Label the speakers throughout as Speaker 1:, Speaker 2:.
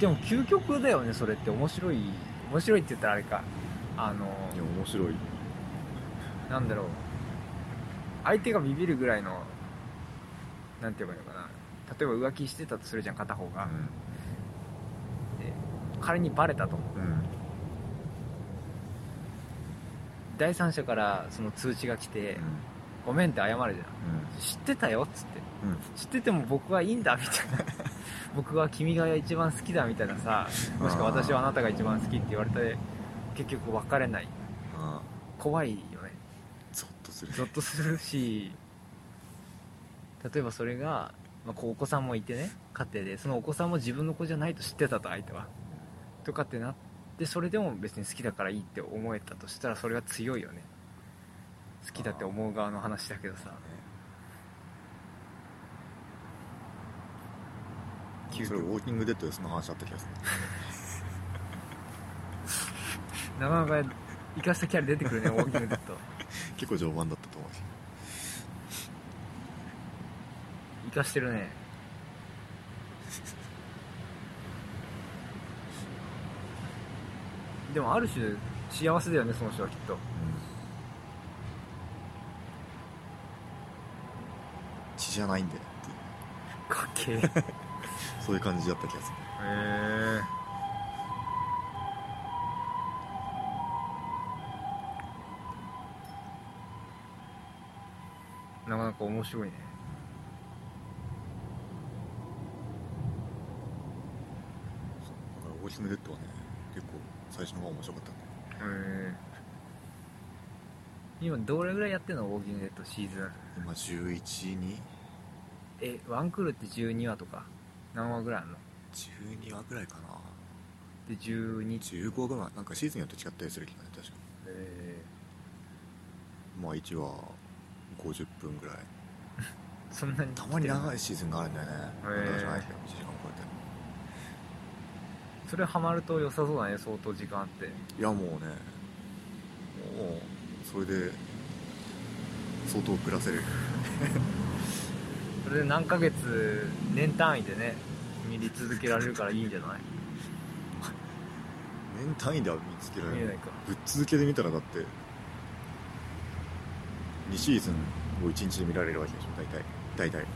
Speaker 1: でも究極だよねそれって面白い面白いって言ったらあれかあの
Speaker 2: いや面白い
Speaker 1: なんだろう相手がビビるぐらいのなんて言えばいいのかな例えば浮気してたとするじゃん片方が、で仮にバレたと
Speaker 2: うんうん
Speaker 1: 第三者からその通知が来て「ごめん」って謝るじゃん知ってたよっつって、
Speaker 2: うん
Speaker 1: 知ってても僕はいいんだみたいな 僕は君が一番好きだみたいなさもしくは
Speaker 2: あー
Speaker 1: 私はあなたが一番好きって言われて結局別れない
Speaker 2: あ
Speaker 1: 怖いよね
Speaker 2: ゾッとする
Speaker 1: ゾッとするし例えばそれが、まあ、こうお子さんもいてね家庭でそのお子さんも自分の子じゃないと知ってたと相手はとかってなってそれでも別に好きだからいいって思えたとしたらそれは強いよね好きだって思う側の話だけどさ
Speaker 2: それウォーキングデッドでその話あった気が する
Speaker 1: なかなか生かしたキャラ出てくる ねウォーキングデッド
Speaker 2: 結構序盤だったと思うし
Speaker 1: 生かしてるねでもある種幸せだよねその人はきっと
Speaker 2: 血じゃないんだよって
Speaker 1: かっけえへえ
Speaker 2: そういう感じだった気がする
Speaker 1: なかなか面白いね
Speaker 2: だからウォーキングデッドはね結構最初の方面白かったね
Speaker 1: へえ今どれぐらいやってんのウォーキングデッドシーズン
Speaker 2: 今11に
Speaker 1: えワンクールって12話とか何話ぐらいあんの
Speaker 2: 12話ぐらいかな
Speaker 1: で12
Speaker 2: 15話ぐらいなんかシーズンによって違ったりする気がね確か
Speaker 1: え
Speaker 2: まあ1話50分ぐらい
Speaker 1: ーそんなに
Speaker 2: たまに長
Speaker 1: い
Speaker 2: いシーズンがあるんだよね
Speaker 1: へえ
Speaker 2: じゃないけど1時間超えて
Speaker 1: それハマると良さそうだね相当時間あって
Speaker 2: いやもうねもうそれで相当遅らせる
Speaker 1: それで何ヶ月年単位でね見り続けられるからいいんじゃない
Speaker 2: 年単位では見つけら
Speaker 1: 見
Speaker 2: れ
Speaker 1: え
Speaker 2: な
Speaker 1: ないいか
Speaker 2: ぶっ続けで見たらだって2シーズンを1日で見られるわけでしょ大体大体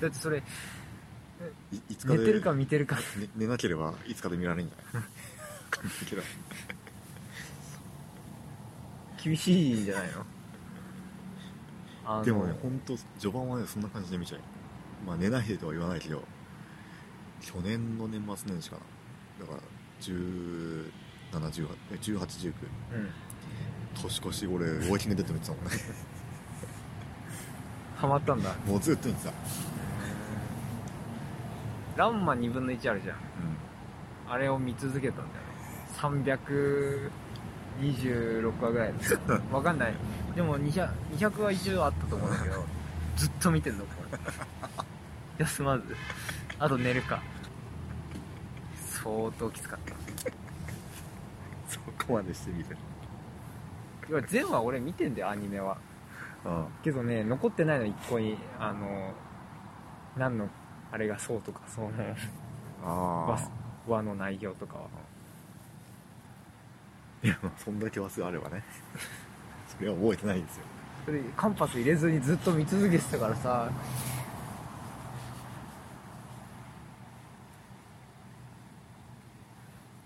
Speaker 1: だってそれ
Speaker 2: い5日で
Speaker 1: 寝てるか見てるか
Speaker 2: 寝寝なければ5日で見られるんじゃない 完璧だ
Speaker 1: 厳しいんじゃないのあの
Speaker 2: でもね本当序盤はねそんな感じで見ちゃうまあ寝ないでとは言わないけど去年の年末年始かなだから1 7 1 8
Speaker 1: う
Speaker 2: 1 8 1 9
Speaker 1: ん
Speaker 2: 年越し俺ウォーキングデッド見てたもんね
Speaker 1: ハマったんだ
Speaker 2: もうずっと見てた、
Speaker 1: ランマ2分の1あるじゃんあれを見続けたんだよね326話ぐらいです わかんないでも 200, 200は一応あったと思うんだけどずっと見てんのこれ休まずあと寝るか相当きつかった
Speaker 2: そこまでして見てる
Speaker 1: いや全話俺見てんだよアニメは
Speaker 2: あ
Speaker 1: けどね残ってないの一個にあの何のあれがそうとかその
Speaker 2: あ
Speaker 1: 話話の内容とかは
Speaker 2: ーいやま あそんだけ忘れあればね それは覚えてないんですよ
Speaker 1: それカンパス入れずにずっと見続けてたからさ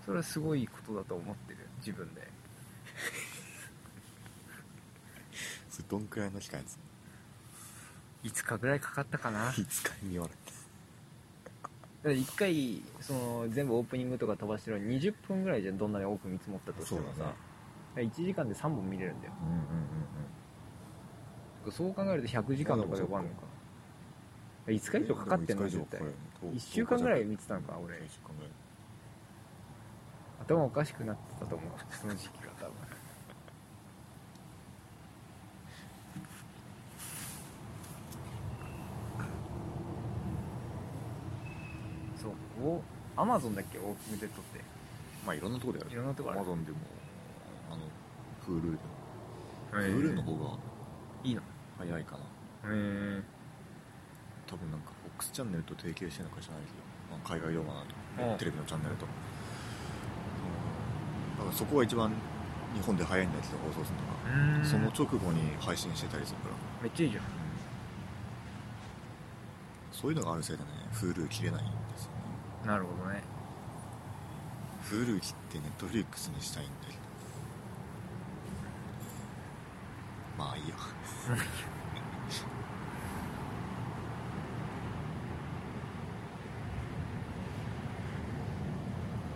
Speaker 1: それはすごいことだと思ってる自分で
Speaker 2: それどんくらいの期間です
Speaker 1: 5日ぐらいかかったかな
Speaker 2: 5日に見終わる
Speaker 1: 1回その全部オープニングとか飛ばしてるのに20分ぐらいじゃんどんなに多く見積もったとしても
Speaker 2: そうだ
Speaker 1: さ
Speaker 2: ね、
Speaker 1: 1時間で3本見れるんだよ
Speaker 2: うんうんうん
Speaker 1: そう考えると100時間とかで終わるのか5日以上かかってんの絶対1週間ぐらい見てたのか俺頭おかしくなってたと思うその時期が多分そうおアマゾンだっけウォーキングデッドっ
Speaker 2: まあいろんなとこでや
Speaker 1: てい
Speaker 2: る
Speaker 1: ろんなとこあ
Speaker 2: ア
Speaker 1: る
Speaker 2: マゾンでもあのプールでも
Speaker 1: プ
Speaker 2: プールの方が
Speaker 1: いいの
Speaker 2: 早いかな
Speaker 1: へえ
Speaker 2: 多分なんか X チャンネルと提携してるのか知らないけど、まあ、海外ドラマ
Speaker 1: う
Speaker 2: な
Speaker 1: んん
Speaker 2: でテレビのチャンネルと、うんだからそこが一番日本で早いんだけど放送するの
Speaker 1: う
Speaker 2: が、
Speaker 1: ん
Speaker 2: その直後に配信してたりするから、
Speaker 1: めっちゃいいじゃん
Speaker 2: そういうのがあるせいでね Hulu 切れないんですよね
Speaker 1: なるほどね
Speaker 2: Hulu 切って Netflix にしたいんだけどまあいいや